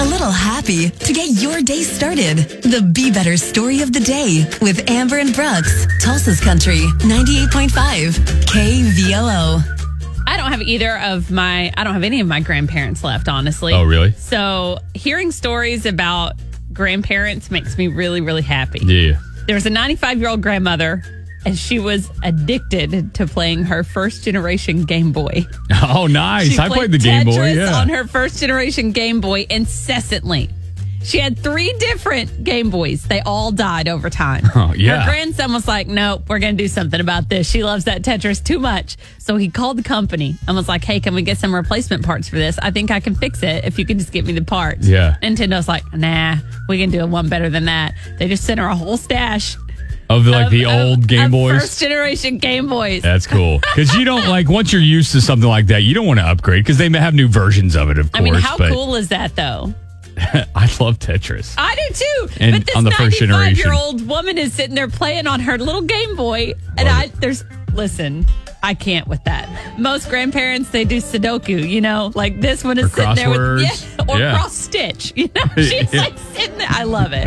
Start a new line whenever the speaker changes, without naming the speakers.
little happy to get your day started. The Be Better Story of the Day with Amber and Brooks, Tulsa's Country, 98.5, KVLO.
I don't have either of my I don't have any of my grandparents left, honestly.
Oh, really?
So hearing stories about grandparents makes me really, really happy.
Yeah.
There was a 95 year old grandmother, and she was addicted to playing her first generation Game Boy.
Oh, nice.
She
I played the Game Boy.
Tetris
Yeah.
on her first generation Game Boy incessantly. She had three different Game Boys. They all died over time.
Oh, yeah.
Her grandson was like, nope, we're going to do something about this. She loves that Tetris too much. So he called the company and was like, hey, can we get some replacement parts for this? I think I can fix it if you can just get me the parts.
Yeah.
Nintendo's like, nah, we can do one better than that. They just sent her a whole stash.
of like
of-
the
of-
old Game
of
Boys.
First generation Game Boys.
That's cool. Because you don't like once you're used to something like that, you don't want to upgrade because they may have new versions of it. Of course,
I mean, how
but
cool is that though?
I love Tetris.
I do too.
And
but this
on the first generation.
year old woman is sitting there playing on her little Game Boy. And
Love
I,
it.
there's, listen, I can't with that. Most grandparents, they do Sudoku, you know, like this one is
Or
sitting there with,
crosswords.
yeah, or
Yeah.
cross stitch, you know, she's
Yeah.
like sitting there. I love it.